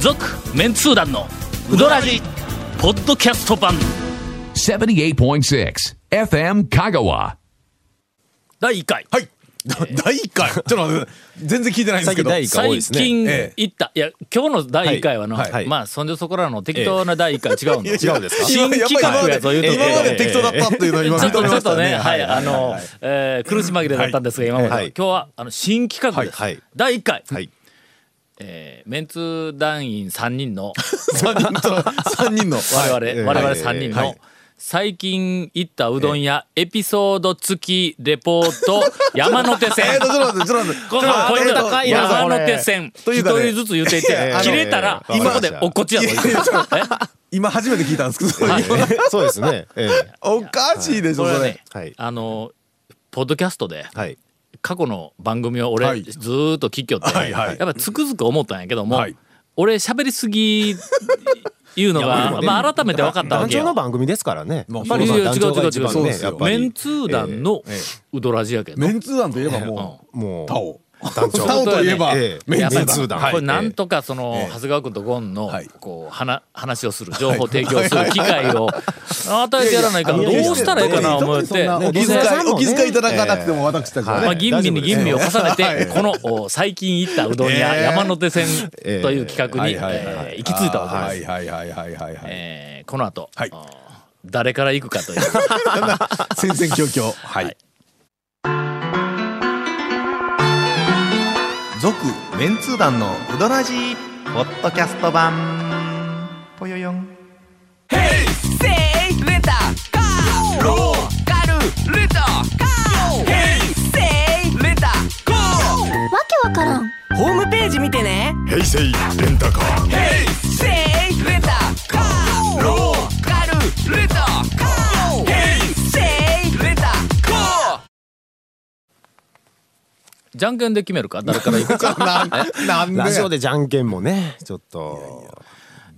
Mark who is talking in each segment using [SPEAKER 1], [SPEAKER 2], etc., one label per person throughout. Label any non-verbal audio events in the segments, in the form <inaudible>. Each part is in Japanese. [SPEAKER 1] 続メンツー団のウドラジポッドキャスト版
[SPEAKER 2] 78.6 FM Kagawa.
[SPEAKER 1] 第1回、
[SPEAKER 3] はい。第1
[SPEAKER 1] <laughs>
[SPEAKER 3] 回。ちょっと待って、全然聞いてないんですけど。
[SPEAKER 4] 最近第一回多い
[SPEAKER 1] 最
[SPEAKER 4] ですね
[SPEAKER 1] 近
[SPEAKER 3] ええ
[SPEAKER 1] 行った、いや今日の第1回はの、
[SPEAKER 3] はい
[SPEAKER 4] はい
[SPEAKER 1] まあそんじょそこらの適当な第1回は違うの、
[SPEAKER 4] <laughs> 違うんですか
[SPEAKER 1] 新
[SPEAKER 3] やっ
[SPEAKER 1] 企
[SPEAKER 3] ぱ
[SPEAKER 1] 画
[SPEAKER 3] り
[SPEAKER 1] や
[SPEAKER 3] 今
[SPEAKER 1] ぞ
[SPEAKER 3] ま
[SPEAKER 1] 言う
[SPEAKER 3] で
[SPEAKER 1] と
[SPEAKER 3] 今まで適当だったっていうのを今
[SPEAKER 1] ちょっ
[SPEAKER 3] 認
[SPEAKER 1] と
[SPEAKER 3] め
[SPEAKER 1] ちょ
[SPEAKER 3] ま
[SPEAKER 1] っ
[SPEAKER 3] した
[SPEAKER 1] とね、
[SPEAKER 3] ね。
[SPEAKER 1] はい、あの、えー苦し紛れだったんですが、今までは、
[SPEAKER 4] はい
[SPEAKER 1] 今日は、あの、新企画です。
[SPEAKER 4] はいはい
[SPEAKER 1] 第1回、
[SPEAKER 4] はい。
[SPEAKER 1] えーメンツ団員3人の、
[SPEAKER 3] 3人の3人の。
[SPEAKER 1] 我々、
[SPEAKER 3] はい
[SPEAKER 1] 我々3人の、
[SPEAKER 3] はい
[SPEAKER 1] 最近行ったうどん屋、エピソード付きレポート、山手線。
[SPEAKER 3] えっと、ちょっと待って、ちょっと待って。ちょ
[SPEAKER 1] こ
[SPEAKER 3] っ
[SPEAKER 1] の
[SPEAKER 3] と待
[SPEAKER 1] ポ
[SPEAKER 3] っ
[SPEAKER 1] イ
[SPEAKER 3] て
[SPEAKER 1] ント
[SPEAKER 3] えっと
[SPEAKER 1] 高い
[SPEAKER 3] ごめんなさい
[SPEAKER 1] 山手線、
[SPEAKER 3] とい
[SPEAKER 1] 一
[SPEAKER 3] うかね
[SPEAKER 1] 人ずつ言っていっ
[SPEAKER 4] いやい
[SPEAKER 1] て
[SPEAKER 4] や、
[SPEAKER 1] 切れたら、
[SPEAKER 4] ええ
[SPEAKER 1] そこで
[SPEAKER 4] わかりました
[SPEAKER 1] 落っこっちやぞ。
[SPEAKER 3] 今初めて聞いたんですけど、
[SPEAKER 1] はい
[SPEAKER 3] 今
[SPEAKER 4] そうですね。ええ
[SPEAKER 3] おかしいでし
[SPEAKER 1] こ
[SPEAKER 3] ょ、
[SPEAKER 1] れは
[SPEAKER 3] そ
[SPEAKER 1] ね
[SPEAKER 3] れ。、
[SPEAKER 4] はい
[SPEAKER 1] あの、ポッドキャストで、
[SPEAKER 4] はい。
[SPEAKER 1] 過去の番組を俺、
[SPEAKER 3] はい
[SPEAKER 1] ずーっと聞きよって、
[SPEAKER 3] はいはい
[SPEAKER 1] やっぱつくづく思ったんやけども、
[SPEAKER 3] はい
[SPEAKER 1] 俺喋りすぎいうの
[SPEAKER 4] いや
[SPEAKER 1] が
[SPEAKER 4] まあ
[SPEAKER 1] まあ改めて分かったわ
[SPEAKER 4] 団
[SPEAKER 1] け
[SPEAKER 4] 長の
[SPEAKER 1] よ。
[SPEAKER 4] 番組ですからね。
[SPEAKER 3] まあ
[SPEAKER 4] やっぱり
[SPEAKER 1] いやいや
[SPEAKER 4] 団長が
[SPEAKER 1] 違う違う
[SPEAKER 4] 一番
[SPEAKER 3] 違うそ
[SPEAKER 4] ね
[SPEAKER 3] うですよ
[SPEAKER 4] やっぱ
[SPEAKER 1] メ
[SPEAKER 4] り
[SPEAKER 1] ンツー団のうどらじやけど、
[SPEAKER 3] メンツー団といえばも
[SPEAKER 4] も
[SPEAKER 3] う、
[SPEAKER 4] う
[SPEAKER 3] タオ。
[SPEAKER 4] 団長
[SPEAKER 3] タオといえば
[SPEAKER 4] ええ、
[SPEAKER 3] メンツ
[SPEAKER 1] やっ
[SPEAKER 3] ー
[SPEAKER 1] ぱ
[SPEAKER 4] メンツ
[SPEAKER 3] 団。
[SPEAKER 4] ー団
[SPEAKER 3] はい
[SPEAKER 1] これなんとかその、
[SPEAKER 3] ええ
[SPEAKER 1] 長谷川君とゴンの、
[SPEAKER 3] はい
[SPEAKER 1] こう話話をする情報提供する機会を与えてやらないからど
[SPEAKER 4] いや
[SPEAKER 1] う
[SPEAKER 4] いや
[SPEAKER 1] したらいいかな思って。
[SPEAKER 3] お気遣い、お気遣いいただかなくても私たちは
[SPEAKER 1] まあ、
[SPEAKER 3] ね。
[SPEAKER 1] 吟味に吟味を重ねて、このお最近行ったうどん屋、
[SPEAKER 3] ええ
[SPEAKER 1] 山手線
[SPEAKER 4] ええ
[SPEAKER 1] という企画に、え
[SPEAKER 3] はいはいはい
[SPEAKER 1] ー行き着いたわけです。
[SPEAKER 3] はいはいはいはいはいはい。
[SPEAKER 1] えーこの後、
[SPEAKER 3] はい
[SPEAKER 1] あー誰から行くかと
[SPEAKER 3] <laughs>
[SPEAKER 1] いう
[SPEAKER 3] 戦々恐々。
[SPEAKER 1] <laughs>
[SPEAKER 3] はい。
[SPEAKER 5] 続メンツー団のウドラジポッドキャスト版ぽよよん
[SPEAKER 6] セイレンタカーローカルレンタカーヘイセイレンタカー
[SPEAKER 7] わけわからん
[SPEAKER 6] ホームページ見てねヘイセイレンタカーヘイセイレンタカーローカルレンタカーヘイセイレンタカー
[SPEAKER 1] じゃんけんで決めるか誰から行
[SPEAKER 3] <laughs>
[SPEAKER 1] くか
[SPEAKER 3] <laughs> なん
[SPEAKER 4] ラジオ
[SPEAKER 3] で
[SPEAKER 4] でじゃんけんもね、ちょっと。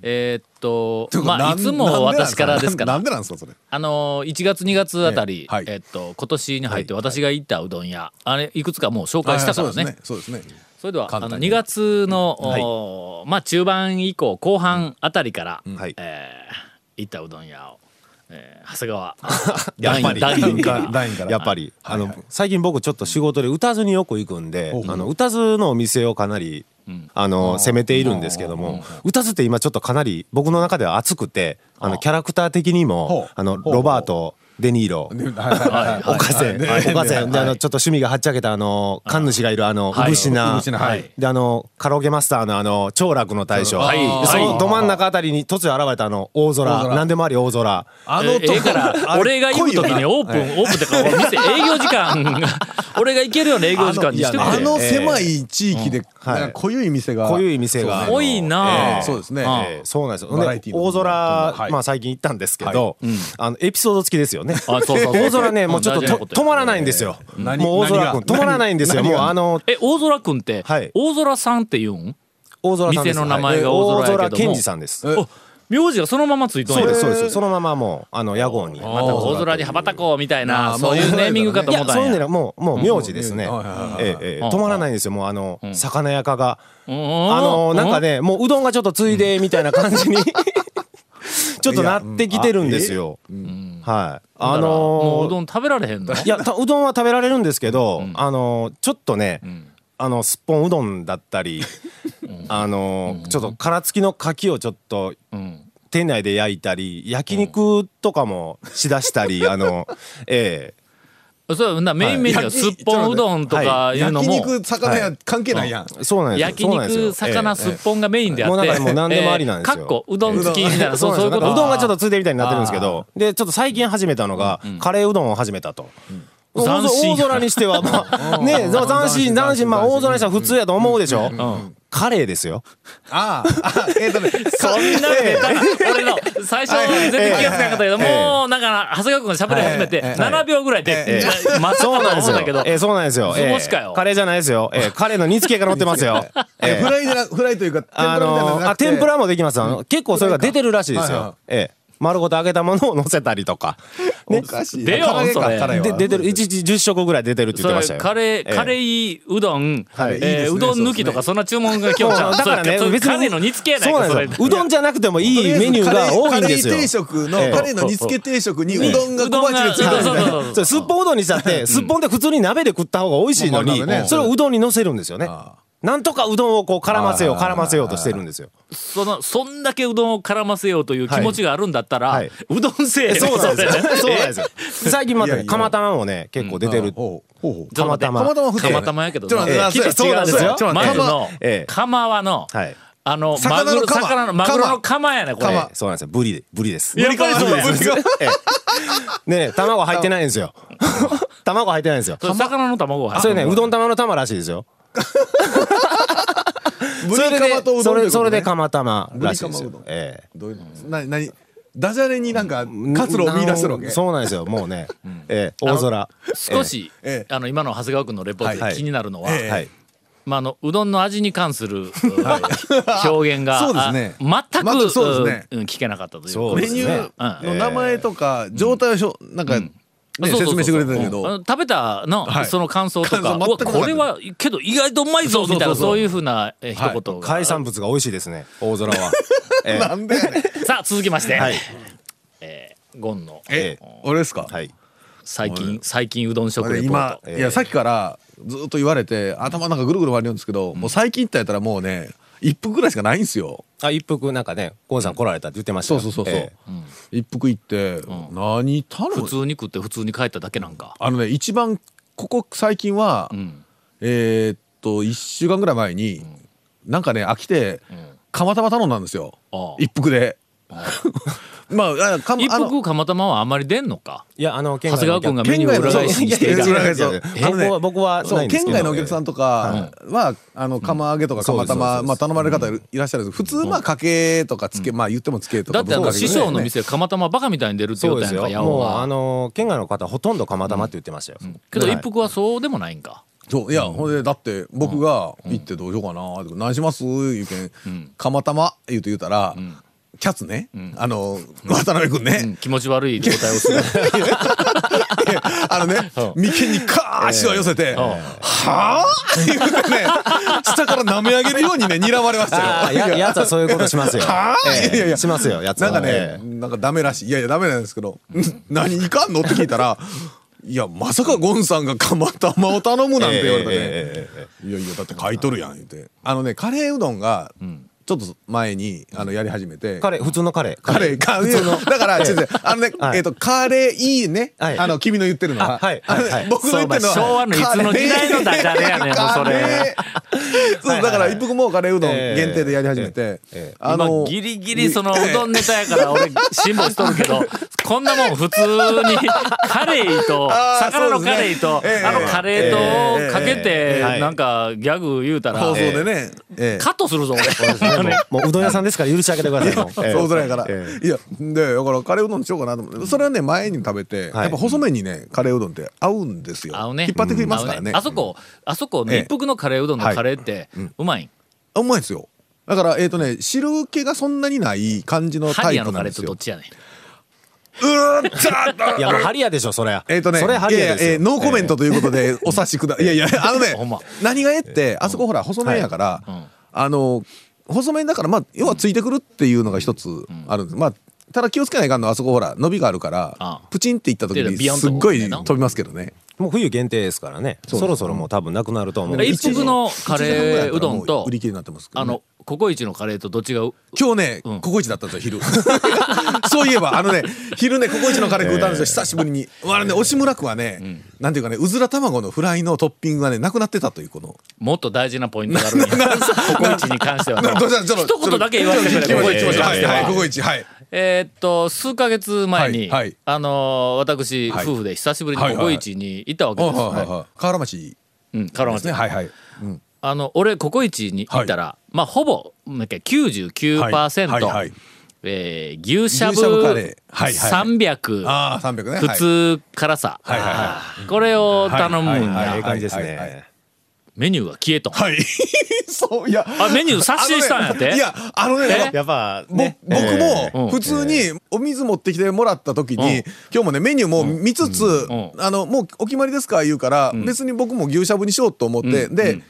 [SPEAKER 1] えーっとまあいつも私からですか
[SPEAKER 3] な
[SPEAKER 1] ら
[SPEAKER 3] んでなんですか、それ。
[SPEAKER 1] あのー1月2月あたり、え
[SPEAKER 3] ええはい
[SPEAKER 1] ーっと今年に入って私が行ったうどん屋、あれいくつかもう紹介したからね,、そ
[SPEAKER 3] そうですね。そうですね
[SPEAKER 1] れではあ
[SPEAKER 3] 簡
[SPEAKER 1] の
[SPEAKER 3] 単
[SPEAKER 1] 2
[SPEAKER 3] に
[SPEAKER 1] 月の、おーまあ中盤以降後半あたりから、
[SPEAKER 4] はい。
[SPEAKER 1] えー行ったうどん屋を、えー長谷川
[SPEAKER 4] <laughs> やっぱり
[SPEAKER 1] 団員団員から
[SPEAKER 3] <laughs> ラインから。
[SPEAKER 4] やっぱり、あの、最近僕ちょっと仕事で歌津によく行くんで
[SPEAKER 3] ほう、ほう
[SPEAKER 4] あの、歌津のお店をかなり、あの、攻めているんですけども、歌津って今ちょっとかなり僕の中では熱くて、あの、キャラクター的に
[SPEAKER 3] ほ
[SPEAKER 4] も
[SPEAKER 3] う、
[SPEAKER 4] あの、
[SPEAKER 3] ほうほう
[SPEAKER 4] ロバート、デニーロ、
[SPEAKER 3] ねはいはいはい
[SPEAKER 4] おかせん、おかせん、で、あの、ちょっと趣味がはっちゃけた、あの、神主がいる、あの、
[SPEAKER 1] はいう
[SPEAKER 4] ぶし
[SPEAKER 3] う
[SPEAKER 4] な
[SPEAKER 3] ぶし。なはい
[SPEAKER 4] で、あの、カラオケマスターの、あの、長楽の大将。
[SPEAKER 1] はい
[SPEAKER 4] でそのど真ん中あたりに突如現れた、あの、大
[SPEAKER 3] 大
[SPEAKER 4] 空、
[SPEAKER 3] 空
[SPEAKER 4] 何でもあり大空。
[SPEAKER 3] あ
[SPEAKER 1] え
[SPEAKER 3] の
[SPEAKER 1] ええから俺が行く時にオープン、オープンってか俺店営業時
[SPEAKER 4] <laughs>
[SPEAKER 1] 間俺が行けるような営業時間にしてく
[SPEAKER 4] いや
[SPEAKER 3] あ
[SPEAKER 1] れ
[SPEAKER 3] の狭い地域で、
[SPEAKER 4] はい
[SPEAKER 3] なんか濃ゆい店が。
[SPEAKER 4] こういう店が。
[SPEAKER 1] 多いなあ、
[SPEAKER 3] そうですね。
[SPEAKER 1] あ
[SPEAKER 4] ええそうなんですよ。
[SPEAKER 3] バラエティ
[SPEAKER 4] で
[SPEAKER 3] の
[SPEAKER 4] 大空、
[SPEAKER 3] はい
[SPEAKER 4] まあ最近行ったんですけど、あのエピソード付きですよね。
[SPEAKER 1] あそうそうそう
[SPEAKER 4] <laughs> 大空ね、もうちょっと
[SPEAKER 1] 大事なこ
[SPEAKER 4] と
[SPEAKER 1] と
[SPEAKER 4] 止まらないんですよ。
[SPEAKER 3] 何
[SPEAKER 4] もう大空君
[SPEAKER 3] 何が
[SPEAKER 4] 止まらないんですよ。
[SPEAKER 3] 何
[SPEAKER 4] もう
[SPEAKER 3] が
[SPEAKER 4] あの
[SPEAKER 1] え大空くんって、
[SPEAKER 4] はい
[SPEAKER 1] 大空さんって言うん
[SPEAKER 4] 大空さんです
[SPEAKER 1] 店の名前が大空やけども
[SPEAKER 4] はい大健二さんです。
[SPEAKER 3] え
[SPEAKER 1] お名字がそのままついとんや
[SPEAKER 4] そうですそうです。そのままもうあの屋号に。
[SPEAKER 1] また大空に羽ばたこうみたいな
[SPEAKER 3] あ
[SPEAKER 1] そういうネーミングかと
[SPEAKER 4] い
[SPEAKER 1] 思
[SPEAKER 4] や
[SPEAKER 1] った
[SPEAKER 4] そういうんの
[SPEAKER 1] や
[SPEAKER 4] はもうもう名字ですね
[SPEAKER 3] うんはいはいはいは。い
[SPEAKER 4] ええええ止まらないんですよ。もうあの魚屋かが。
[SPEAKER 1] うん
[SPEAKER 4] あのなんかね、もううどんがちょっとついでみたいな感じにちょっとなってきてるんですよ。はい。
[SPEAKER 1] あ
[SPEAKER 4] あ
[SPEAKER 1] のもう
[SPEAKER 4] の
[SPEAKER 1] うどん食べられへんの
[SPEAKER 4] いやたうどんは食べられるんですけど、あのちょっとね、あのすっぽんうどんだったり、あの、ちょっと殻付きの牡蠣をちょっと
[SPEAKER 1] うん
[SPEAKER 4] 店内で焼いたり焼肉とかもしだした
[SPEAKER 1] <laughs>
[SPEAKER 4] り、あのええ
[SPEAKER 1] そうほんならメインメニューはすっぽんうどんとかいうの
[SPEAKER 3] 焼
[SPEAKER 1] も、
[SPEAKER 3] 肉、魚屋、関係ないやん。
[SPEAKER 4] そうなんです
[SPEAKER 1] 焼
[SPEAKER 4] よそうなんですよ。
[SPEAKER 1] 肉魚すっぽんがメインであって、
[SPEAKER 4] もうなんかもう何でもありなんです
[SPEAKER 1] えー
[SPEAKER 4] よ
[SPEAKER 1] かっこうどん付きみたいなそうそういうこと
[SPEAKER 4] うどんがちょっとついでみたいになってるんですけどでちょっと最近始めたのが、カレーうどんを始めたと。大空
[SPEAKER 1] 斬新
[SPEAKER 4] 大空にしてはま
[SPEAKER 1] <laughs>
[SPEAKER 4] あね斬新斬新まあ大空にしては普通やと思うでしょ、カレーですよ
[SPEAKER 3] ああ、あえっ
[SPEAKER 1] <laughs>
[SPEAKER 3] とね、
[SPEAKER 1] そんな <laughs> ネタ、俺の最初全然気がつかなかったけど、もうなんか長谷川君が喋り始めて
[SPEAKER 3] ええええ
[SPEAKER 1] 7秒ぐらいで、まさか
[SPEAKER 4] そうなん
[SPEAKER 1] の
[SPEAKER 4] で
[SPEAKER 1] そ
[SPEAKER 4] す
[SPEAKER 1] う
[SPEAKER 4] よ
[SPEAKER 1] だけど、
[SPEAKER 4] えーそうなんですよ。
[SPEAKER 1] そこしかよ
[SPEAKER 4] えーカレーじゃないですよ。えーカレーの煮付けが乗ってま
[SPEAKER 1] <laughs>
[SPEAKER 4] すよ。
[SPEAKER 3] え
[SPEAKER 4] え
[SPEAKER 3] フ
[SPEAKER 4] ー
[SPEAKER 3] ライじゃな、フライというか、天ぷらみたいな
[SPEAKER 4] あ
[SPEAKER 3] の
[SPEAKER 4] の
[SPEAKER 3] じゃ
[SPEAKER 4] ー
[SPEAKER 3] な
[SPEAKER 4] あ
[SPEAKER 3] くて
[SPEAKER 4] 天ぷらもできます。あの結構それが出てるらしいで
[SPEAKER 3] は
[SPEAKER 4] す
[SPEAKER 3] いは
[SPEAKER 4] よ。えー丸ごと揚げたものを乗せたりとか。ね
[SPEAKER 5] お、かしい
[SPEAKER 1] 出よ
[SPEAKER 5] 唐揚げか
[SPEAKER 1] それ
[SPEAKER 5] 唐揚げは
[SPEAKER 4] で出てる一日10食ぐらい出てるって
[SPEAKER 1] そ
[SPEAKER 4] 言って
[SPEAKER 1] れ
[SPEAKER 4] ましたよ
[SPEAKER 1] カレー、
[SPEAKER 4] ええ
[SPEAKER 1] カレーうどん、
[SPEAKER 4] はい
[SPEAKER 3] いい
[SPEAKER 1] え
[SPEAKER 3] で
[SPEAKER 1] ー
[SPEAKER 3] すね
[SPEAKER 1] うどん抜きとかそんな注文が今
[SPEAKER 4] そう
[SPEAKER 1] 日ちゃう
[SPEAKER 4] だからね
[SPEAKER 1] それ
[SPEAKER 4] 別に
[SPEAKER 1] カレーの煮付けやない
[SPEAKER 4] そ
[SPEAKER 1] か
[SPEAKER 4] うな
[SPEAKER 1] そ
[SPEAKER 4] ん
[SPEAKER 1] れ
[SPEAKER 4] ですようどんじゃなくてもいいメニューが多いんです
[SPEAKER 3] カ
[SPEAKER 4] よ
[SPEAKER 3] レー定食の、
[SPEAKER 4] ええ
[SPEAKER 3] カレーの煮付け定食にうどんが
[SPEAKER 1] うど
[SPEAKER 3] 小
[SPEAKER 1] んが
[SPEAKER 3] 鉢でついてるみたいな
[SPEAKER 1] そうそうそう
[SPEAKER 4] それすっぽんうどんにしたってすっぽんで普通に鍋で食った方が美味しいのに
[SPEAKER 3] まあまあね
[SPEAKER 4] それをうどんにのせるんですよね
[SPEAKER 3] あ
[SPEAKER 4] なんとかうどんをこう絡ませよう絡ませようとしてるんですよ
[SPEAKER 1] そのそんだけうどんを絡ませようという気持ちがあるんだったら、
[SPEAKER 4] はいは
[SPEAKER 1] うどんせえ
[SPEAKER 4] えそうなんですよ
[SPEAKER 1] れ
[SPEAKER 4] <laughs> そうなんですよ最近ま
[SPEAKER 3] い
[SPEAKER 4] で
[SPEAKER 3] やい
[SPEAKER 4] ね
[SPEAKER 3] や
[SPEAKER 4] 釜玉もね結構出てる
[SPEAKER 3] ほうほうほう
[SPEAKER 4] 釜
[SPEAKER 1] ちょっと
[SPEAKER 4] 玉
[SPEAKER 3] たま普通
[SPEAKER 1] たまたまやけどね
[SPEAKER 3] ちょっと待って
[SPEAKER 1] ええ
[SPEAKER 3] あそうや
[SPEAKER 4] そうなんですよ
[SPEAKER 3] そうやちょっ
[SPEAKER 1] ま
[SPEAKER 3] と待っ
[SPEAKER 1] ず
[SPEAKER 3] て
[SPEAKER 1] の
[SPEAKER 4] ええ
[SPEAKER 1] 釜はの、
[SPEAKER 4] はい
[SPEAKER 1] あのマ
[SPEAKER 3] 魚
[SPEAKER 1] グ
[SPEAKER 3] の
[SPEAKER 1] ロ
[SPEAKER 3] 釜
[SPEAKER 1] 魚のマグロの釜やねこれ
[SPEAKER 4] ええそうなんですよブリでブリです
[SPEAKER 1] やっぱりそうや
[SPEAKER 3] ブリカマ
[SPEAKER 4] ええねえ卵入ってないんですよ <laughs> 卵入ってないんですよ
[SPEAKER 1] それ魚の卵が入って
[SPEAKER 4] それ
[SPEAKER 1] る
[SPEAKER 4] ねうどん玉の玉らしいですよ
[SPEAKER 3] ブ
[SPEAKER 4] それ
[SPEAKER 3] リカマ
[SPEAKER 4] で
[SPEAKER 3] とうどん
[SPEAKER 4] そ
[SPEAKER 3] ということね
[SPEAKER 4] れそれで釜玉らしいですよ
[SPEAKER 3] ぶりかまうどん
[SPEAKER 4] ええ
[SPEAKER 3] どういうのな何ダジャレになんか活路を見出してるわけ
[SPEAKER 4] そうなんですよもうね、ええ大空
[SPEAKER 1] 少し、
[SPEAKER 3] ええ
[SPEAKER 1] あの今の長谷川君のレポート
[SPEAKER 4] は
[SPEAKER 1] で
[SPEAKER 4] い
[SPEAKER 1] 気になるのは、
[SPEAKER 4] ええはい
[SPEAKER 1] まあ、あのうどんの味に関す
[SPEAKER 3] <laughs>
[SPEAKER 1] る、表現が
[SPEAKER 3] そうですね
[SPEAKER 1] あ全
[SPEAKER 3] ま
[SPEAKER 1] く、
[SPEAKER 3] ずそうですね
[SPEAKER 1] うん聞けなかったという
[SPEAKER 4] そ
[SPEAKER 1] こ
[SPEAKER 4] う
[SPEAKER 1] と
[SPEAKER 4] で
[SPEAKER 1] ですす
[SPEAKER 4] ね
[SPEAKER 1] ね
[SPEAKER 3] メニューの名前とか状態をしょなんか、ね
[SPEAKER 1] そうそうそ
[SPEAKER 3] 説
[SPEAKER 1] う
[SPEAKER 3] 明してくれてたけど、
[SPEAKER 1] うんあの食べたの、
[SPEAKER 3] はい
[SPEAKER 1] その感想とか
[SPEAKER 3] 感想全くなかった
[SPEAKER 1] うわこれはけど意外とうまいぞみたいな
[SPEAKER 3] そうそうそうそう
[SPEAKER 1] そういうふうなえ一言が、
[SPEAKER 4] 海産物が美味しいですね大
[SPEAKER 3] <laughs>
[SPEAKER 4] 空は、ええ
[SPEAKER 3] なんでやねん
[SPEAKER 1] さあ続きまして、
[SPEAKER 4] はい
[SPEAKER 1] えーゴンの
[SPEAKER 4] ええ
[SPEAKER 3] 俺ですか、
[SPEAKER 4] はい
[SPEAKER 1] 最近最近うどん食
[SPEAKER 3] 俺
[SPEAKER 1] レポー
[SPEAKER 3] 今
[SPEAKER 1] ト、
[SPEAKER 3] いやさっきからずっと言われて頭なんかぐるぐる回るんですけど、もう最近ってやったらもうね一服ぐらいしかないんですよ
[SPEAKER 4] あ一服なんかねゴンさん来られたって言ってました
[SPEAKER 3] そ
[SPEAKER 4] よ
[SPEAKER 3] うそうそうそう、
[SPEAKER 4] え
[SPEAKER 3] 一服行って、何頼む
[SPEAKER 1] 普通に食って普通に帰っただけなんか
[SPEAKER 3] あのね一番ここ最近は、えーっと1週間ぐらい前に、なんかね飽きて、釜玉頼んだんですよ
[SPEAKER 1] ああ
[SPEAKER 3] 一服で。 <laughs> まああか
[SPEAKER 1] 一
[SPEAKER 3] あの
[SPEAKER 1] 服釜玉はあんまり出んのか
[SPEAKER 4] えいやあの県
[SPEAKER 1] 長
[SPEAKER 4] 外
[SPEAKER 1] 谷
[SPEAKER 4] の
[SPEAKER 1] 川
[SPEAKER 4] お客
[SPEAKER 1] 君がメ
[SPEAKER 3] 県
[SPEAKER 1] ニューを裏
[SPEAKER 3] 外の
[SPEAKER 1] 返しにしてい
[SPEAKER 3] そう
[SPEAKER 1] た
[SPEAKER 3] いやいやいや
[SPEAKER 4] いやいやいや
[SPEAKER 3] あのね
[SPEAKER 4] 僕は僕は
[SPEAKER 3] そう
[SPEAKER 4] ないんです
[SPEAKER 3] 県
[SPEAKER 4] け
[SPEAKER 3] 外
[SPEAKER 4] ど
[SPEAKER 3] のお客さんとかは、あの釜揚げとか釜玉、
[SPEAKER 4] うん
[SPEAKER 3] まあ、頼まれる方いるいらっしゃるんです普通まあかけとかつけ、まあ言ってもつけと
[SPEAKER 1] だ
[SPEAKER 3] か
[SPEAKER 1] ってあ
[SPEAKER 3] ぶ
[SPEAKER 1] の
[SPEAKER 3] かけ
[SPEAKER 1] 師
[SPEAKER 3] とかね
[SPEAKER 1] 匠の店釜玉バカみたいに出るって言
[SPEAKER 4] そうう
[SPEAKER 1] た
[SPEAKER 4] で
[SPEAKER 1] や
[SPEAKER 4] す
[SPEAKER 1] んか
[SPEAKER 4] よ
[SPEAKER 1] 八百
[SPEAKER 4] もうあ
[SPEAKER 1] は
[SPEAKER 4] の県外の方ほとんど釜玉って言ってましたよ、
[SPEAKER 1] けど
[SPEAKER 4] はい
[SPEAKER 1] 一服はそうでもないんか
[SPEAKER 3] そういや、ほんでだって僕が行ってどうしようかなって「何します?」言うけん「釜玉」言うて言うたら、キャツね、あの渡辺君ね、
[SPEAKER 1] 気持ち悪い状態をする
[SPEAKER 3] <laughs> あのね眉間にカーッ足を寄せて「はあ?」って言うてね下から舐め上げるようにね睨まれましたよ。
[SPEAKER 4] ああややつはそういうことしますよ
[SPEAKER 3] <laughs> はあ
[SPEAKER 4] ええ
[SPEAKER 3] いやいや
[SPEAKER 4] しますよやつ
[SPEAKER 3] な
[SPEAKER 4] は
[SPEAKER 3] んか
[SPEAKER 4] え
[SPEAKER 3] ね、なんかダメらしい。いやいや、ダメなんですけど、 <laughs> 何いかんのって聞いたら、いや、まさかゴンさんが釜玉を頼むなんて言われてね、
[SPEAKER 4] え
[SPEAKER 3] いやいや、だって買い取るやん、言って。あのね、カレーうどんが、ちょっと前に、あの、やり始めて、
[SPEAKER 4] えカレー普通のカレー
[SPEAKER 3] カレーか、だから、ちょっと、あのね、
[SPEAKER 4] はい
[SPEAKER 3] えっと、カレーいいね。
[SPEAKER 4] はい
[SPEAKER 3] あの、君の言ってるのは。
[SPEAKER 4] あはいはいはい
[SPEAKER 3] あのね僕の言ってるのは。
[SPEAKER 1] そう昭和のいつの時代のダジャレやねんもうそれ
[SPEAKER 3] カレーそう、だから、一服もカレーうどん
[SPEAKER 4] ええ
[SPEAKER 3] 限定でやり始めて
[SPEAKER 4] ええ、
[SPEAKER 1] あのギリギリそのうどんネタやから俺辛抱しとるけどこんなもん普通にカレーと
[SPEAKER 3] あー
[SPEAKER 1] 魚のカレーと
[SPEAKER 3] そうですねええ
[SPEAKER 1] あのカレーとかけ
[SPEAKER 4] え
[SPEAKER 1] て
[SPEAKER 4] えはい
[SPEAKER 1] なんかギャグ言うたら
[SPEAKER 3] 放送でね。ええ
[SPEAKER 1] カットするぞ俺
[SPEAKER 4] もうもううどん屋さんですから許してあげてくださいもうええ
[SPEAKER 3] そう <laughs> らいから、
[SPEAKER 4] え
[SPEAKER 3] いやでだからカレーうどんにしようかなと思ってそれはね前にも食べて、
[SPEAKER 4] はい
[SPEAKER 3] やっぱ細麺にねカレーうどんって合うんですよ
[SPEAKER 1] 合うね
[SPEAKER 3] 引っ張ってくれますからね,、
[SPEAKER 1] 合うあそこあそこの
[SPEAKER 3] ええ
[SPEAKER 1] 一服のカレーうどんのカレーってうまいん
[SPEAKER 3] あうまいですよだからえっ、とね汁気がそんなにない感じの
[SPEAKER 1] ハ
[SPEAKER 3] タ
[SPEAKER 1] リ
[SPEAKER 3] イ
[SPEAKER 1] ア
[SPEAKER 3] プ
[SPEAKER 1] の
[SPEAKER 3] な
[SPEAKER 1] カ
[SPEAKER 3] ん
[SPEAKER 1] レ
[SPEAKER 3] で
[SPEAKER 1] ー
[SPEAKER 3] す
[SPEAKER 1] とど
[SPEAKER 3] よ
[SPEAKER 1] っちやねん
[SPEAKER 3] うーっちゃー
[SPEAKER 4] いやもうハリアでしょそれ
[SPEAKER 3] えっ、とね
[SPEAKER 4] それハ
[SPEAKER 3] い
[SPEAKER 4] リ
[SPEAKER 3] やい
[SPEAKER 4] ア
[SPEAKER 3] や
[SPEAKER 4] で、すよ
[SPEAKER 3] えーノーコメントということ
[SPEAKER 1] <laughs>
[SPEAKER 3] でお察しくだ、いやいやあのね
[SPEAKER 1] ほんま
[SPEAKER 3] 何がえってあそこほら細麺やから、
[SPEAKER 1] ん
[SPEAKER 3] あの細麺だからまあ要はついてくるっていうのが一つあるんです、まあただ気をつけないかんのはあそこほら伸びがあるから
[SPEAKER 1] ああ
[SPEAKER 3] プチンっていった時
[SPEAKER 1] で
[SPEAKER 3] に
[SPEAKER 1] ビヨンと
[SPEAKER 3] すっごい
[SPEAKER 1] ねな
[SPEAKER 3] 飛びますけどね
[SPEAKER 4] もう冬限定ですからねそろそろもう多分なくなると思う
[SPEAKER 1] 一服のカレーうどんと
[SPEAKER 3] 売り切れになってますけど
[SPEAKER 1] あ
[SPEAKER 3] ね、
[SPEAKER 1] のココイチのカレーとどっちがう
[SPEAKER 3] 今日ね、ココイチだったんですよ昼 <laughs> そういえばあのね昼ねココイチのカレー食うたんですよ、久しぶりにあのね押村区はね、なんていうかねうずら卵のフライのトッピングがねなくなってたというこの
[SPEAKER 1] もっと大事なポイントがある
[SPEAKER 3] <laughs>
[SPEAKER 1] んやココイチに関してはの
[SPEAKER 3] な <laughs> どうしたちょっと
[SPEAKER 1] 一言だけ言わせてく
[SPEAKER 3] ちょ
[SPEAKER 1] れ
[SPEAKER 3] っ
[SPEAKER 1] ココイチ
[SPEAKER 3] と行き
[SPEAKER 1] に
[SPEAKER 3] ま
[SPEAKER 1] 関し
[SPEAKER 3] しょうはい
[SPEAKER 1] て
[SPEAKER 3] はいコ
[SPEAKER 1] は
[SPEAKER 3] コイチはい
[SPEAKER 1] えーっと数ヶ月前に
[SPEAKER 3] はいはい
[SPEAKER 1] あのー私夫婦で久しぶりに
[SPEAKER 3] はい
[SPEAKER 1] ココイチに行ったわけです
[SPEAKER 3] はいはいはい河原町
[SPEAKER 1] うんカロマ
[SPEAKER 3] ですねはいはい、うん、
[SPEAKER 1] あの俺ココイチに行ったらまあほぼなんか
[SPEAKER 3] はいはいはい
[SPEAKER 1] 99%えー牛しゃぶ
[SPEAKER 3] 牛しゃぶカレーはいはい
[SPEAKER 1] 300
[SPEAKER 3] ああ300ね
[SPEAKER 1] 普通辛さ
[SPEAKER 3] はいはいは
[SPEAKER 1] これを頼むん
[SPEAKER 3] はいはい
[SPEAKER 1] や
[SPEAKER 3] は
[SPEAKER 4] え
[SPEAKER 3] い
[SPEAKER 4] え感じです
[SPEAKER 3] はいはい
[SPEAKER 4] ね
[SPEAKER 1] メニューが消えとん
[SPEAKER 3] はい <laughs> そういや
[SPEAKER 1] あメニュー刷新したんやっ
[SPEAKER 3] あの
[SPEAKER 1] て
[SPEAKER 3] ねいやあの
[SPEAKER 1] え
[SPEAKER 3] ね
[SPEAKER 4] やっぱ
[SPEAKER 3] ぼ
[SPEAKER 4] ね
[SPEAKER 3] 僕
[SPEAKER 1] うん
[SPEAKER 3] も普通にお水持ってきてもらった時に、
[SPEAKER 1] うん
[SPEAKER 3] 今日もねメニューも見つつ、
[SPEAKER 1] んうん
[SPEAKER 3] あのもうお決まりですか言うから、別に僕も牛しゃぶにしようと思って、
[SPEAKER 1] うん
[SPEAKER 3] で、
[SPEAKER 1] うん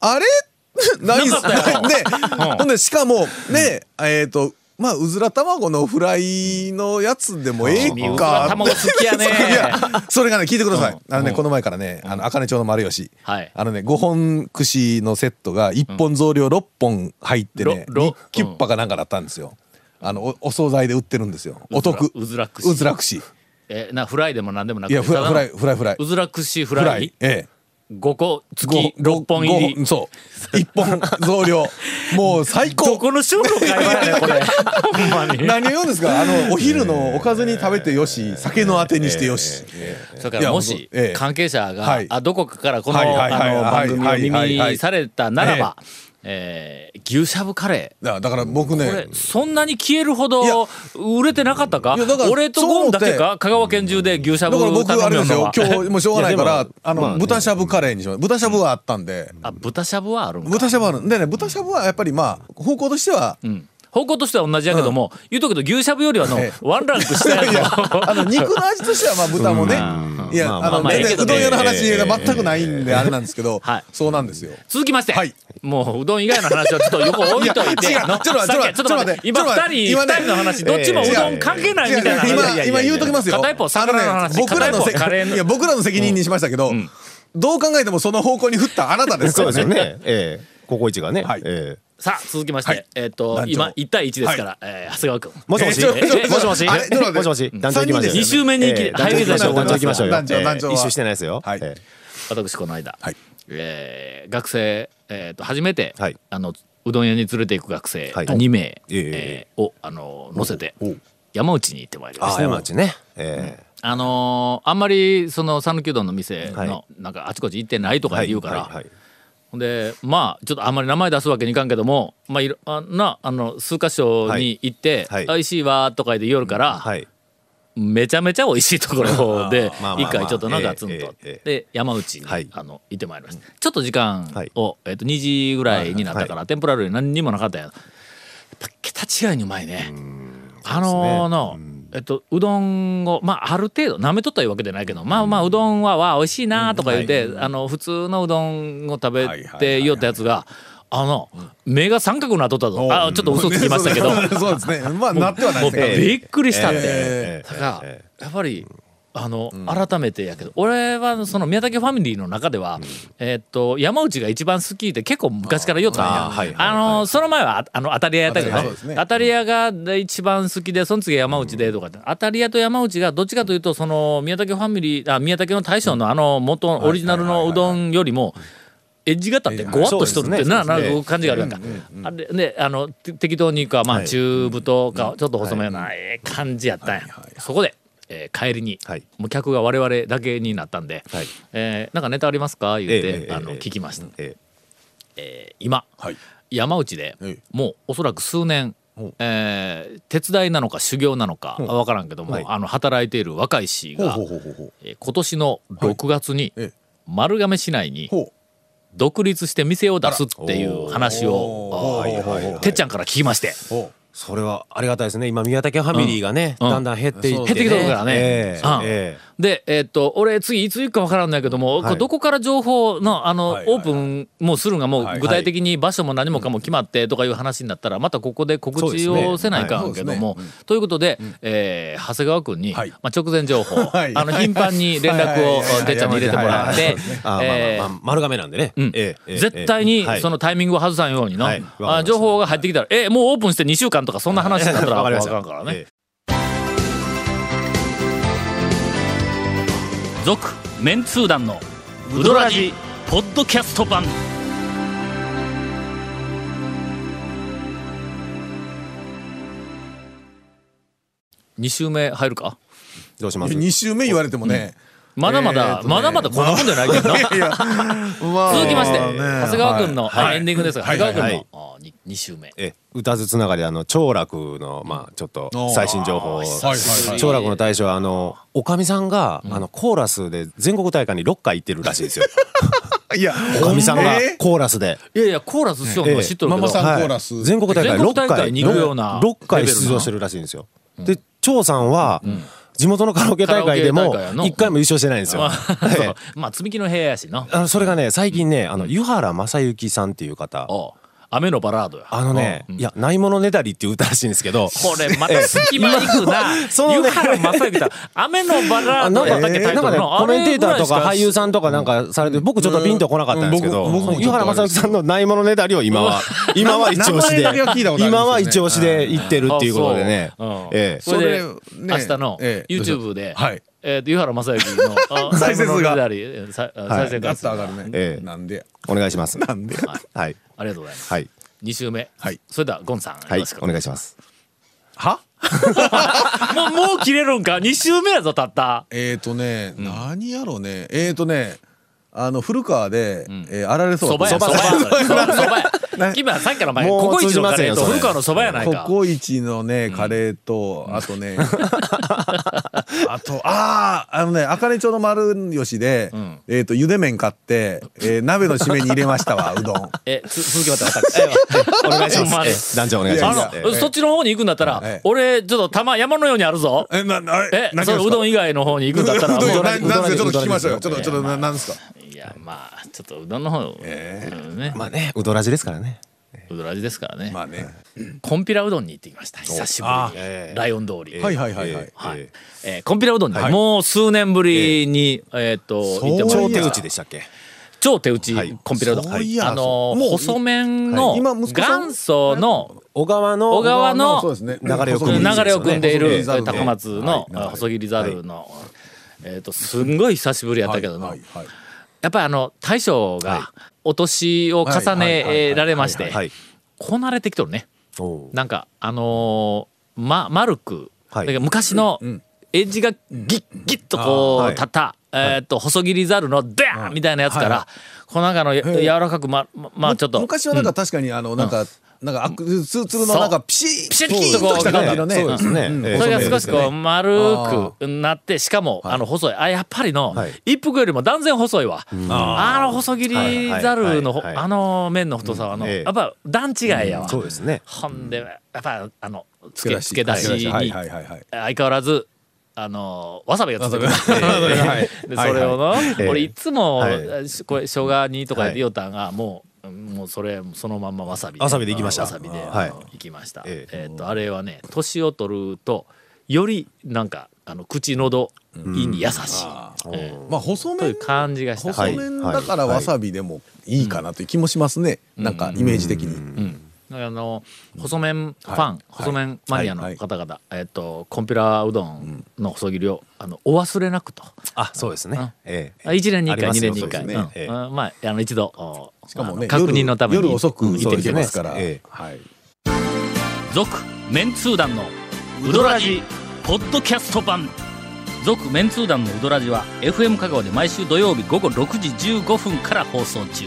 [SPEAKER 3] あれ <laughs> ないっす
[SPEAKER 1] なかったよ
[SPEAKER 3] <laughs> ね
[SPEAKER 1] うん
[SPEAKER 3] ほんでしかもね、えっ、とまあうずら卵のフライのやつでもええ
[SPEAKER 1] 君うずら
[SPEAKER 3] か
[SPEAKER 1] 卵好きやね
[SPEAKER 3] いやそれがね聞いてください、
[SPEAKER 1] うん
[SPEAKER 3] あのね、
[SPEAKER 1] うん
[SPEAKER 3] この前からねあの茜町の丸吉、
[SPEAKER 1] はい
[SPEAKER 3] あのね5本串のセットが1本増量6本入ってね、
[SPEAKER 1] ろろ
[SPEAKER 3] キュッパかなんかだったんですよ。あのおお惣菜で売ってるんですよ。お得。
[SPEAKER 1] うずら串
[SPEAKER 3] うずら串。
[SPEAKER 1] えなフライでもなんでもなく
[SPEAKER 3] い
[SPEAKER 1] て
[SPEAKER 3] やフラ
[SPEAKER 1] ただの
[SPEAKER 3] フライフライフライ。
[SPEAKER 1] うずら串フ
[SPEAKER 3] フ
[SPEAKER 1] ライ
[SPEAKER 3] ええ。
[SPEAKER 1] 5個
[SPEAKER 3] ご
[SPEAKER 1] 付き6本入
[SPEAKER 3] ごご
[SPEAKER 1] り
[SPEAKER 3] そう。一本
[SPEAKER 1] <laughs>
[SPEAKER 3] 増量。もう最
[SPEAKER 1] ど
[SPEAKER 3] 高。
[SPEAKER 1] この商路会話やねんこ
[SPEAKER 3] <laughs>
[SPEAKER 1] れほんまに
[SPEAKER 3] 何を言うんですか。あのお昼のおかずに食べてよし、酒のあてにしてよし。
[SPEAKER 1] それか
[SPEAKER 3] い
[SPEAKER 1] ら
[SPEAKER 3] や
[SPEAKER 1] もし
[SPEAKER 3] 僕ええ
[SPEAKER 1] 関係者が、
[SPEAKER 3] はい
[SPEAKER 1] あどこかからこの,、
[SPEAKER 3] はいはいはい
[SPEAKER 1] あの
[SPEAKER 3] は
[SPEAKER 1] 番
[SPEAKER 3] い
[SPEAKER 1] 組を
[SPEAKER 3] はい
[SPEAKER 1] 耳
[SPEAKER 3] は
[SPEAKER 1] に
[SPEAKER 3] い
[SPEAKER 1] されたならば、えー牛しゃぶカレー
[SPEAKER 3] だからだから
[SPEAKER 1] こ
[SPEAKER 3] 僕
[SPEAKER 1] れ
[SPEAKER 3] ね。
[SPEAKER 1] そんなに消えるほ
[SPEAKER 3] いや
[SPEAKER 1] ど売れてなかったか
[SPEAKER 3] いやだから
[SPEAKER 1] 俺と
[SPEAKER 3] そう
[SPEAKER 1] ゴ
[SPEAKER 3] 思
[SPEAKER 1] ン
[SPEAKER 3] って
[SPEAKER 1] だけか香川県中で牛しゃ
[SPEAKER 3] だ
[SPEAKER 1] ぶ
[SPEAKER 3] か
[SPEAKER 1] 頼
[SPEAKER 3] ら僕あ
[SPEAKER 1] む
[SPEAKER 3] れです
[SPEAKER 1] の
[SPEAKER 3] よ
[SPEAKER 1] は。
[SPEAKER 3] 今日もうしょうがないか
[SPEAKER 4] いや
[SPEAKER 3] ら
[SPEAKER 4] でも
[SPEAKER 3] あ
[SPEAKER 4] まあ
[SPEAKER 3] の
[SPEAKER 4] ね
[SPEAKER 3] 豚しゃぶカレーにします。豚しゃぶはあったんで。
[SPEAKER 1] あ豚しゃぶはあるんか
[SPEAKER 3] 豚しゃぶあるんでね豚しゃぶはやっぱりまあ方向としては <laughs>
[SPEAKER 1] うん方向としては同じやけども、言うとくけど牛しゃぶよりはの
[SPEAKER 3] ええ
[SPEAKER 1] ワンランク下や
[SPEAKER 3] いや
[SPEAKER 1] の
[SPEAKER 3] あの肉の味としてはまあ豚もね、いや、
[SPEAKER 4] まあ
[SPEAKER 3] あ、
[SPEAKER 1] まあ
[SPEAKER 3] の
[SPEAKER 1] まあ
[SPEAKER 3] 全
[SPEAKER 1] ええけ
[SPEAKER 3] 然
[SPEAKER 1] ど
[SPEAKER 3] う
[SPEAKER 1] ね
[SPEAKER 3] どん屋の話が全くないんであれなんですけど、
[SPEAKER 1] はい
[SPEAKER 3] そうなんですよ。
[SPEAKER 1] 続きまして、
[SPEAKER 3] はい
[SPEAKER 1] もううどん以外の話はちょっと横置いといて
[SPEAKER 3] いや違う
[SPEAKER 1] の
[SPEAKER 3] ちょっと待って
[SPEAKER 1] さっき
[SPEAKER 3] ちょっと待って
[SPEAKER 1] ちょっと待って
[SPEAKER 3] ちょ
[SPEAKER 1] 今
[SPEAKER 3] っと待って
[SPEAKER 1] 2人の話どっちもう
[SPEAKER 3] ええ
[SPEAKER 1] ど
[SPEAKER 3] 違
[SPEAKER 1] ん
[SPEAKER 3] う
[SPEAKER 1] 関係ない
[SPEAKER 3] 違う
[SPEAKER 1] みたいな話
[SPEAKER 3] 今今言うときますよ。
[SPEAKER 1] 片一方魚の
[SPEAKER 3] あの
[SPEAKER 1] 話
[SPEAKER 3] ね僕らの
[SPEAKER 1] 片
[SPEAKER 3] せ
[SPEAKER 1] 一方カレーの
[SPEAKER 3] いや僕らの責任にしましたけど、どう考えてもその方向に振ったあなたです
[SPEAKER 4] そ
[SPEAKER 3] か
[SPEAKER 4] うで
[SPEAKER 3] ら
[SPEAKER 4] す
[SPEAKER 3] ね。
[SPEAKER 4] よね。ええ、ココイチがね。
[SPEAKER 3] はい
[SPEAKER 4] ええ
[SPEAKER 1] さあ続きまして、
[SPEAKER 3] はい
[SPEAKER 1] えっ、と
[SPEAKER 3] 団長
[SPEAKER 1] 今1対1ですから、えー長谷川君
[SPEAKER 4] もしも
[SPEAKER 3] えー
[SPEAKER 4] し、
[SPEAKER 3] ちょちょちょ
[SPEAKER 4] もしもし、
[SPEAKER 3] あれちょっと待って
[SPEAKER 4] もしもし、団長行きましょう。
[SPEAKER 1] 二周目に行き、
[SPEAKER 4] えー
[SPEAKER 1] ハイウェイ
[SPEAKER 4] 団長行きましょう、団長行きましょうよ。
[SPEAKER 3] 団長
[SPEAKER 4] えー
[SPEAKER 3] 団長は
[SPEAKER 4] 一周してないですよ。
[SPEAKER 3] はい
[SPEAKER 4] え
[SPEAKER 1] 私この間、
[SPEAKER 3] はい
[SPEAKER 1] えー学生、えー、と初めて、
[SPEAKER 4] はい
[SPEAKER 1] あのうどん屋に連れて行く学生
[SPEAKER 4] はい
[SPEAKER 1] 2名、
[SPEAKER 4] え
[SPEAKER 1] え
[SPEAKER 4] え
[SPEAKER 1] ーをあの乗せて山内に行ってまいり
[SPEAKER 4] ー
[SPEAKER 1] ま
[SPEAKER 4] あ
[SPEAKER 1] し
[SPEAKER 4] ー、
[SPEAKER 1] た。
[SPEAKER 4] 山内ね。ええ
[SPEAKER 1] あのーあんまりその讃岐うどんの店
[SPEAKER 4] はい
[SPEAKER 1] のなんかあちこち行ってないとか言うから、
[SPEAKER 4] はいはいはい
[SPEAKER 1] ほんでまあちょっとあんまり名前出すわけにいかんけどもまあいろあなあの数箇所に行って「
[SPEAKER 4] はい
[SPEAKER 1] おいしいわ」とか言って言おるから、
[SPEAKER 4] はい。
[SPEAKER 1] めちゃめちゃ美味しいところで
[SPEAKER 4] まあまあまあ
[SPEAKER 1] 一回ちょっとなガツンと
[SPEAKER 4] えええ
[SPEAKER 1] で山内に
[SPEAKER 4] はい
[SPEAKER 1] あの行ってまいりましたちょっと時間
[SPEAKER 4] はい
[SPEAKER 1] をえっと2時ぐらいになったか
[SPEAKER 4] はい
[SPEAKER 1] ら天ぷら類何にもなかったやんやっぱ桁違いにうまいねあのーのえっとうどんをまあある程度舐めとったいうわけじゃないけどまあまあうどんはわあ美味しいなとか言ってあの普通のうどんを食べ
[SPEAKER 3] はいはいはいは
[SPEAKER 1] て
[SPEAKER 3] い
[SPEAKER 1] よったやつがあの目が三角になっとったぞあちょっと嘘つきましたけど
[SPEAKER 3] <laughs> そうですね。まあなってはない
[SPEAKER 1] も
[SPEAKER 3] で
[SPEAKER 1] う
[SPEAKER 3] すけど。
[SPEAKER 1] びっくりしたって。
[SPEAKER 3] え
[SPEAKER 1] ただ
[SPEAKER 4] え
[SPEAKER 1] やっぱりあの、改めてやけど俺はその宮武ファミリーの中では、えーっと山内が一番好きで結構昔から言おったんや
[SPEAKER 4] あーはいはい
[SPEAKER 1] あのその前はああの当たり屋やったけど、
[SPEAKER 3] 当たり屋そうですね
[SPEAKER 1] 当たり屋が一番好きでその次が山内でとかって、当たり屋と山内がどっちかというとその宮武ファミリーあ宮武の大将のあの元のオリジナルのうどんよりも。エッジが立ってごわっとしとるって
[SPEAKER 4] そうですね
[SPEAKER 1] な、な
[SPEAKER 4] そうですね
[SPEAKER 1] な感じがあるやんか。あれね、あの、て適当にか、まあ、
[SPEAKER 4] はい
[SPEAKER 1] 中太か、ちょっと細めな、ええ感じやったんや。そこで、えー帰りに、
[SPEAKER 4] はい
[SPEAKER 1] もう客が我々だけになったんで、
[SPEAKER 4] はい
[SPEAKER 1] えーなんかネタありますか言って、
[SPEAKER 4] ええええ
[SPEAKER 1] あの
[SPEAKER 4] ええ
[SPEAKER 1] 聞きました。
[SPEAKER 4] え
[SPEAKER 1] えー今、
[SPEAKER 3] はい
[SPEAKER 1] 山内で、
[SPEAKER 3] ええ
[SPEAKER 1] もうおそらく数年
[SPEAKER 3] う、
[SPEAKER 1] えー手伝いなのか修行なのかわからんけども、
[SPEAKER 4] はい
[SPEAKER 1] あの働いている若い氏
[SPEAKER 3] ほう
[SPEAKER 1] が、
[SPEAKER 3] ほうほうほうほう。
[SPEAKER 1] えー今年の6月に、
[SPEAKER 3] ええ
[SPEAKER 1] 丸亀市内に
[SPEAKER 3] ほ
[SPEAKER 1] 独立して店を出すっていう話
[SPEAKER 3] う。
[SPEAKER 1] をあー
[SPEAKER 3] ほうほうほう
[SPEAKER 1] てっちゃんから聞きまして。
[SPEAKER 3] ほ
[SPEAKER 4] えそれはありがたいですね。今、宮武ファミリーがね、
[SPEAKER 1] うん
[SPEAKER 4] だんだん減っていって
[SPEAKER 1] 減
[SPEAKER 4] ね。
[SPEAKER 1] ってきとるからね
[SPEAKER 4] ええ
[SPEAKER 1] うん
[SPEAKER 4] ええ
[SPEAKER 1] で、えーっと、俺、次、いつ行くか分からんのやけども、
[SPEAKER 4] い
[SPEAKER 1] これどこから情報の、あの、
[SPEAKER 3] はいは
[SPEAKER 1] オ
[SPEAKER 3] いはい
[SPEAKER 1] ープンもうするんが、も
[SPEAKER 3] は
[SPEAKER 1] う
[SPEAKER 3] い
[SPEAKER 1] 具体的に場所も何もかも決まってとかいう話になったら、またここで告知をせないかんけども、ということで、えー長谷川君に、
[SPEAKER 3] はい
[SPEAKER 1] まあ、直前情報、
[SPEAKER 3] はい
[SPEAKER 1] あの、頻繁に連絡を
[SPEAKER 3] はいはいはい
[SPEAKER 1] てっちゃんに入れてもらって、
[SPEAKER 4] あー
[SPEAKER 1] え
[SPEAKER 4] まあ
[SPEAKER 1] ー
[SPEAKER 4] まあまあ丸亀なんでね。
[SPEAKER 1] うん
[SPEAKER 4] ええええ
[SPEAKER 1] 絶対に
[SPEAKER 4] はい
[SPEAKER 1] そのタイミングを外さんようにの、
[SPEAKER 4] はいわかりました
[SPEAKER 1] あ情報が入ってきたら、えもうオープンして2週間とかそんな話になったら
[SPEAKER 4] わかり
[SPEAKER 1] 分
[SPEAKER 4] ま
[SPEAKER 1] か
[SPEAKER 4] した
[SPEAKER 1] らんからね
[SPEAKER 4] え。
[SPEAKER 1] 続メンツー団のウドラジポッドキャスト版2週目入るか
[SPEAKER 4] どうしま
[SPEAKER 3] う。
[SPEAKER 4] す
[SPEAKER 3] 二週目言われてもね。
[SPEAKER 1] まだまだ、
[SPEAKER 3] えーとね
[SPEAKER 1] まだまだこんなもんじゃない
[SPEAKER 4] <laughs>
[SPEAKER 1] けどな続
[SPEAKER 3] いや
[SPEAKER 1] きまして
[SPEAKER 3] まあね
[SPEAKER 1] 長谷川君の、
[SPEAKER 3] は
[SPEAKER 1] あ
[SPEAKER 3] い
[SPEAKER 1] エンディングですが
[SPEAKER 3] はい
[SPEAKER 1] 長谷川
[SPEAKER 4] はい
[SPEAKER 1] 君の、あに二2週目
[SPEAKER 4] え歌図つながりであの長楽のまあちょっと最新情報を
[SPEAKER 3] あーはいはいはい
[SPEAKER 4] 長楽の大将はあのおかみさんがあのコーラスで全国大会に6回行ってるらしいですよ。
[SPEAKER 3] <laughs> いや
[SPEAKER 4] おかみさんが
[SPEAKER 3] えー
[SPEAKER 4] コーラスで
[SPEAKER 1] いやいやコーラスしようのは知っとる
[SPEAKER 3] マ
[SPEAKER 1] けど、
[SPEAKER 3] マさんコーラ
[SPEAKER 4] は
[SPEAKER 3] ス
[SPEAKER 4] い全国大
[SPEAKER 1] 全
[SPEAKER 4] 会
[SPEAKER 1] 国
[SPEAKER 4] 6
[SPEAKER 1] 大会
[SPEAKER 4] 回
[SPEAKER 1] に行くような
[SPEAKER 4] 6回
[SPEAKER 1] レベルな
[SPEAKER 4] 出場してるらしいんですよで張さんは地元のカラオケ大会で
[SPEAKER 1] カラオ
[SPEAKER 4] も
[SPEAKER 1] ケ大会やの
[SPEAKER 4] 1回も優勝してないんですよ
[SPEAKER 1] まあ
[SPEAKER 4] はい
[SPEAKER 1] そうまあ積み木の部屋やしな
[SPEAKER 4] あのそれがね最近ねあの湯原正幸さんっていう方
[SPEAKER 1] おう雨のバラードや
[SPEAKER 4] あのねいやないものねだりっていう歌らしいんですけど
[SPEAKER 1] これまた隙間行くな
[SPEAKER 4] そうね
[SPEAKER 1] 湯原正幸さん雨のバラ
[SPEAKER 4] あ
[SPEAKER 1] ー
[SPEAKER 4] な
[SPEAKER 1] ドや
[SPEAKER 4] んか
[SPEAKER 1] ったっけタイ
[SPEAKER 4] な
[SPEAKER 1] ト
[SPEAKER 4] んか
[SPEAKER 1] ル
[SPEAKER 4] ね
[SPEAKER 1] の
[SPEAKER 4] コメンテーターとか俳優
[SPEAKER 1] ん
[SPEAKER 4] さんとかなんかされて僕ちょっとピンとこなかったんですけど
[SPEAKER 3] うん僕僕もちょっと
[SPEAKER 4] 湯原正幸さんのないものねだりを今は今は一押し
[SPEAKER 3] 名前
[SPEAKER 4] で
[SPEAKER 3] だけは聞いたことありますよね
[SPEAKER 4] 今は一押しで行ってるっていうことでねええ
[SPEAKER 1] それで
[SPEAKER 3] それね
[SPEAKER 1] 明日の
[SPEAKER 3] ええ
[SPEAKER 1] YouTube で、
[SPEAKER 3] はい
[SPEAKER 1] えーと湯原正幸
[SPEAKER 3] <laughs>
[SPEAKER 1] のあ
[SPEAKER 3] 再生
[SPEAKER 1] ラ
[SPEAKER 3] 数が
[SPEAKER 1] イブのダリえーさ再生回
[SPEAKER 3] ガッ
[SPEAKER 1] 数
[SPEAKER 3] と
[SPEAKER 1] が
[SPEAKER 3] 上がるね、
[SPEAKER 4] ええ
[SPEAKER 3] なんで
[SPEAKER 4] お願いしますなんではい
[SPEAKER 1] ありがとうございます、
[SPEAKER 4] はい
[SPEAKER 1] 2週目、
[SPEAKER 3] はい
[SPEAKER 1] それではゴンさんよ
[SPEAKER 4] はい
[SPEAKER 1] ろしく
[SPEAKER 4] お願いします
[SPEAKER 3] は
[SPEAKER 1] もうもう切れるんか2週目やぞたった
[SPEAKER 3] えー、とね、何やろうねえー、とねあの古川で、えーあられそ
[SPEAKER 1] そ
[SPEAKER 3] ば
[SPEAKER 1] ばやそばやそばや今さっきの前
[SPEAKER 4] もう
[SPEAKER 1] ココイチのカレーと
[SPEAKER 4] 通じませんよそれ
[SPEAKER 1] 古川のそばやない
[SPEAKER 3] コ
[SPEAKER 1] か
[SPEAKER 3] コイチのねカレーと、 <laughs> あとねあとあああのね茜町の丸吉で、えー、とゆで麺買って、えー鍋の締めに入れましたわうどん
[SPEAKER 1] えつ続きまた私 <laughs> お願いしま
[SPEAKER 4] え
[SPEAKER 1] す
[SPEAKER 4] え団長お願いし
[SPEAKER 1] あ
[SPEAKER 4] ま
[SPEAKER 1] の
[SPEAKER 3] い
[SPEAKER 4] す
[SPEAKER 3] やいや
[SPEAKER 4] ええ
[SPEAKER 1] そっちの方に行くんだったら、
[SPEAKER 3] ええ
[SPEAKER 1] 俺ちょっと玉山のようにあるぞ
[SPEAKER 3] えなな
[SPEAKER 1] え
[SPEAKER 3] 何
[SPEAKER 1] そのうどん
[SPEAKER 3] い
[SPEAKER 1] 以外の方に行くんだっ
[SPEAKER 3] <laughs>
[SPEAKER 1] たら
[SPEAKER 3] うどん
[SPEAKER 1] もう
[SPEAKER 3] ななんですかちょっと聞きましょうよ
[SPEAKER 4] う
[SPEAKER 3] ち
[SPEAKER 4] ど
[SPEAKER 3] ょ
[SPEAKER 4] ん
[SPEAKER 3] っとちょっとななんですか
[SPEAKER 1] いやまあちょっとうどんの方、うんね
[SPEAKER 4] まあねうどらじですからね
[SPEAKER 1] うどらじですからね、
[SPEAKER 3] まあね
[SPEAKER 1] こんぴらうどんに行ってきました久しぶ
[SPEAKER 3] あ
[SPEAKER 1] りにライオン通り、
[SPEAKER 3] はいはいはいはい、
[SPEAKER 1] はい
[SPEAKER 4] え
[SPEAKER 1] えー、コンピラうどんです、
[SPEAKER 3] はい
[SPEAKER 1] もう数年ぶりに、えーっと
[SPEAKER 3] そう
[SPEAKER 1] 行って
[SPEAKER 4] え
[SPEAKER 1] もらいま
[SPEAKER 4] 超手
[SPEAKER 1] した
[SPEAKER 4] 打ちでしたっけ
[SPEAKER 1] 超手打ち、
[SPEAKER 4] はい
[SPEAKER 1] コンピラうどん、
[SPEAKER 3] そういや
[SPEAKER 1] あのー
[SPEAKER 3] そうもう
[SPEAKER 1] 細麺の
[SPEAKER 3] はい今息子さん
[SPEAKER 1] 元祖の
[SPEAKER 4] 小川の
[SPEAKER 1] 小川の
[SPEAKER 3] そうですね
[SPEAKER 4] 流れを組ん
[SPEAKER 1] 流れを組んでい
[SPEAKER 3] 細
[SPEAKER 1] る
[SPEAKER 3] 切りざるで
[SPEAKER 1] 高松の細切りざるの、えーっとすんごい久しぶりやったけどな、
[SPEAKER 3] はいはいはい
[SPEAKER 1] やっぱりあの大将がお年を重ねられまし
[SPEAKER 4] は
[SPEAKER 1] て
[SPEAKER 4] いはい
[SPEAKER 1] こなれてきとるね
[SPEAKER 4] おう
[SPEAKER 1] なんかあのーま、マルク、
[SPEAKER 4] はい
[SPEAKER 1] だから昔のエッジがギッギッとこう、
[SPEAKER 4] あーはい
[SPEAKER 1] たた、えーっと細切りざるのダーンみたいなやつから、
[SPEAKER 3] はいは
[SPEAKER 1] この中のや柔らかくまままあちょっと
[SPEAKER 3] 昔はなんか確かにあのなんか、なんかアクツルツルのなんかピシッ
[SPEAKER 1] ピシッ
[SPEAKER 3] ピキーン
[SPEAKER 1] と
[SPEAKER 3] と
[SPEAKER 1] こう
[SPEAKER 3] した感じのね
[SPEAKER 4] そうですね
[SPEAKER 3] うん
[SPEAKER 4] ええ
[SPEAKER 1] それが
[SPEAKER 3] 細
[SPEAKER 1] 少
[SPEAKER 3] 麺です
[SPEAKER 1] し
[SPEAKER 3] よね
[SPEAKER 1] こう丸くなってしかもあの細いあやっぱりの
[SPEAKER 4] はい
[SPEAKER 1] 一服よりも断然細いわあの細切りざるのほ
[SPEAKER 4] はいはいはいはい
[SPEAKER 1] あの麺の太さはあの
[SPEAKER 4] うんええ
[SPEAKER 1] やっぱ段違いやわ
[SPEAKER 4] そうですね
[SPEAKER 1] ほんでやっぱあのつ
[SPEAKER 3] つけ
[SPEAKER 1] け
[SPEAKER 3] 出し
[SPEAKER 1] つけ出し
[SPEAKER 3] は
[SPEAKER 1] に
[SPEAKER 3] いはいはいはい
[SPEAKER 1] 相変わらずあのわさびがついてくる
[SPEAKER 3] わさびがはい
[SPEAKER 1] でそれをの
[SPEAKER 4] ええ
[SPEAKER 1] 俺いつも
[SPEAKER 4] は
[SPEAKER 1] しこれ生姜煮とかで言おうたんがもうもうそれそのまんまわさび
[SPEAKER 4] わさびで行きました
[SPEAKER 1] わさびで
[SPEAKER 4] は
[SPEAKER 1] あ
[SPEAKER 4] い
[SPEAKER 1] の行きました
[SPEAKER 4] え
[SPEAKER 1] えーっとあれはね年を取るとよりなんかあの口喉胃に優しいえー
[SPEAKER 3] まあ細
[SPEAKER 1] という
[SPEAKER 3] 麺
[SPEAKER 1] 感じがした
[SPEAKER 4] は
[SPEAKER 3] 細
[SPEAKER 4] い
[SPEAKER 3] 麺だからわさびでもいいかなという気もしますね、なんかイメージ的に、
[SPEAKER 1] あの細麺ファン、細麺マニアの方々、えっとコンピュラーうどんの細切りをあのお忘れなくと、
[SPEAKER 4] あそうですねええ
[SPEAKER 1] 一年に
[SPEAKER 4] あ
[SPEAKER 1] 一
[SPEAKER 4] り
[SPEAKER 1] 回、
[SPEAKER 4] ま
[SPEAKER 1] 二
[SPEAKER 4] す
[SPEAKER 1] 年
[SPEAKER 4] よ
[SPEAKER 1] に一回、
[SPEAKER 4] そうです
[SPEAKER 1] う
[SPEAKER 4] ね
[SPEAKER 1] ん
[SPEAKER 4] ええ
[SPEAKER 1] まああの一度お
[SPEAKER 3] しかも
[SPEAKER 1] あの
[SPEAKER 3] ね
[SPEAKER 1] 確認のために
[SPEAKER 3] 夜夜遅く
[SPEAKER 1] うん行
[SPEAKER 3] 行
[SPEAKER 1] っ
[SPEAKER 3] ってて
[SPEAKER 1] み
[SPEAKER 3] き
[SPEAKER 1] て
[SPEAKER 3] て
[SPEAKER 1] ま
[SPEAKER 3] ますすから、
[SPEAKER 4] ええ
[SPEAKER 3] はい、
[SPEAKER 1] 続メンツー団のウドラジポッドキャスト版続メンツー団のウドラジは FM 香川で毎週土曜日午後6時15分から放送中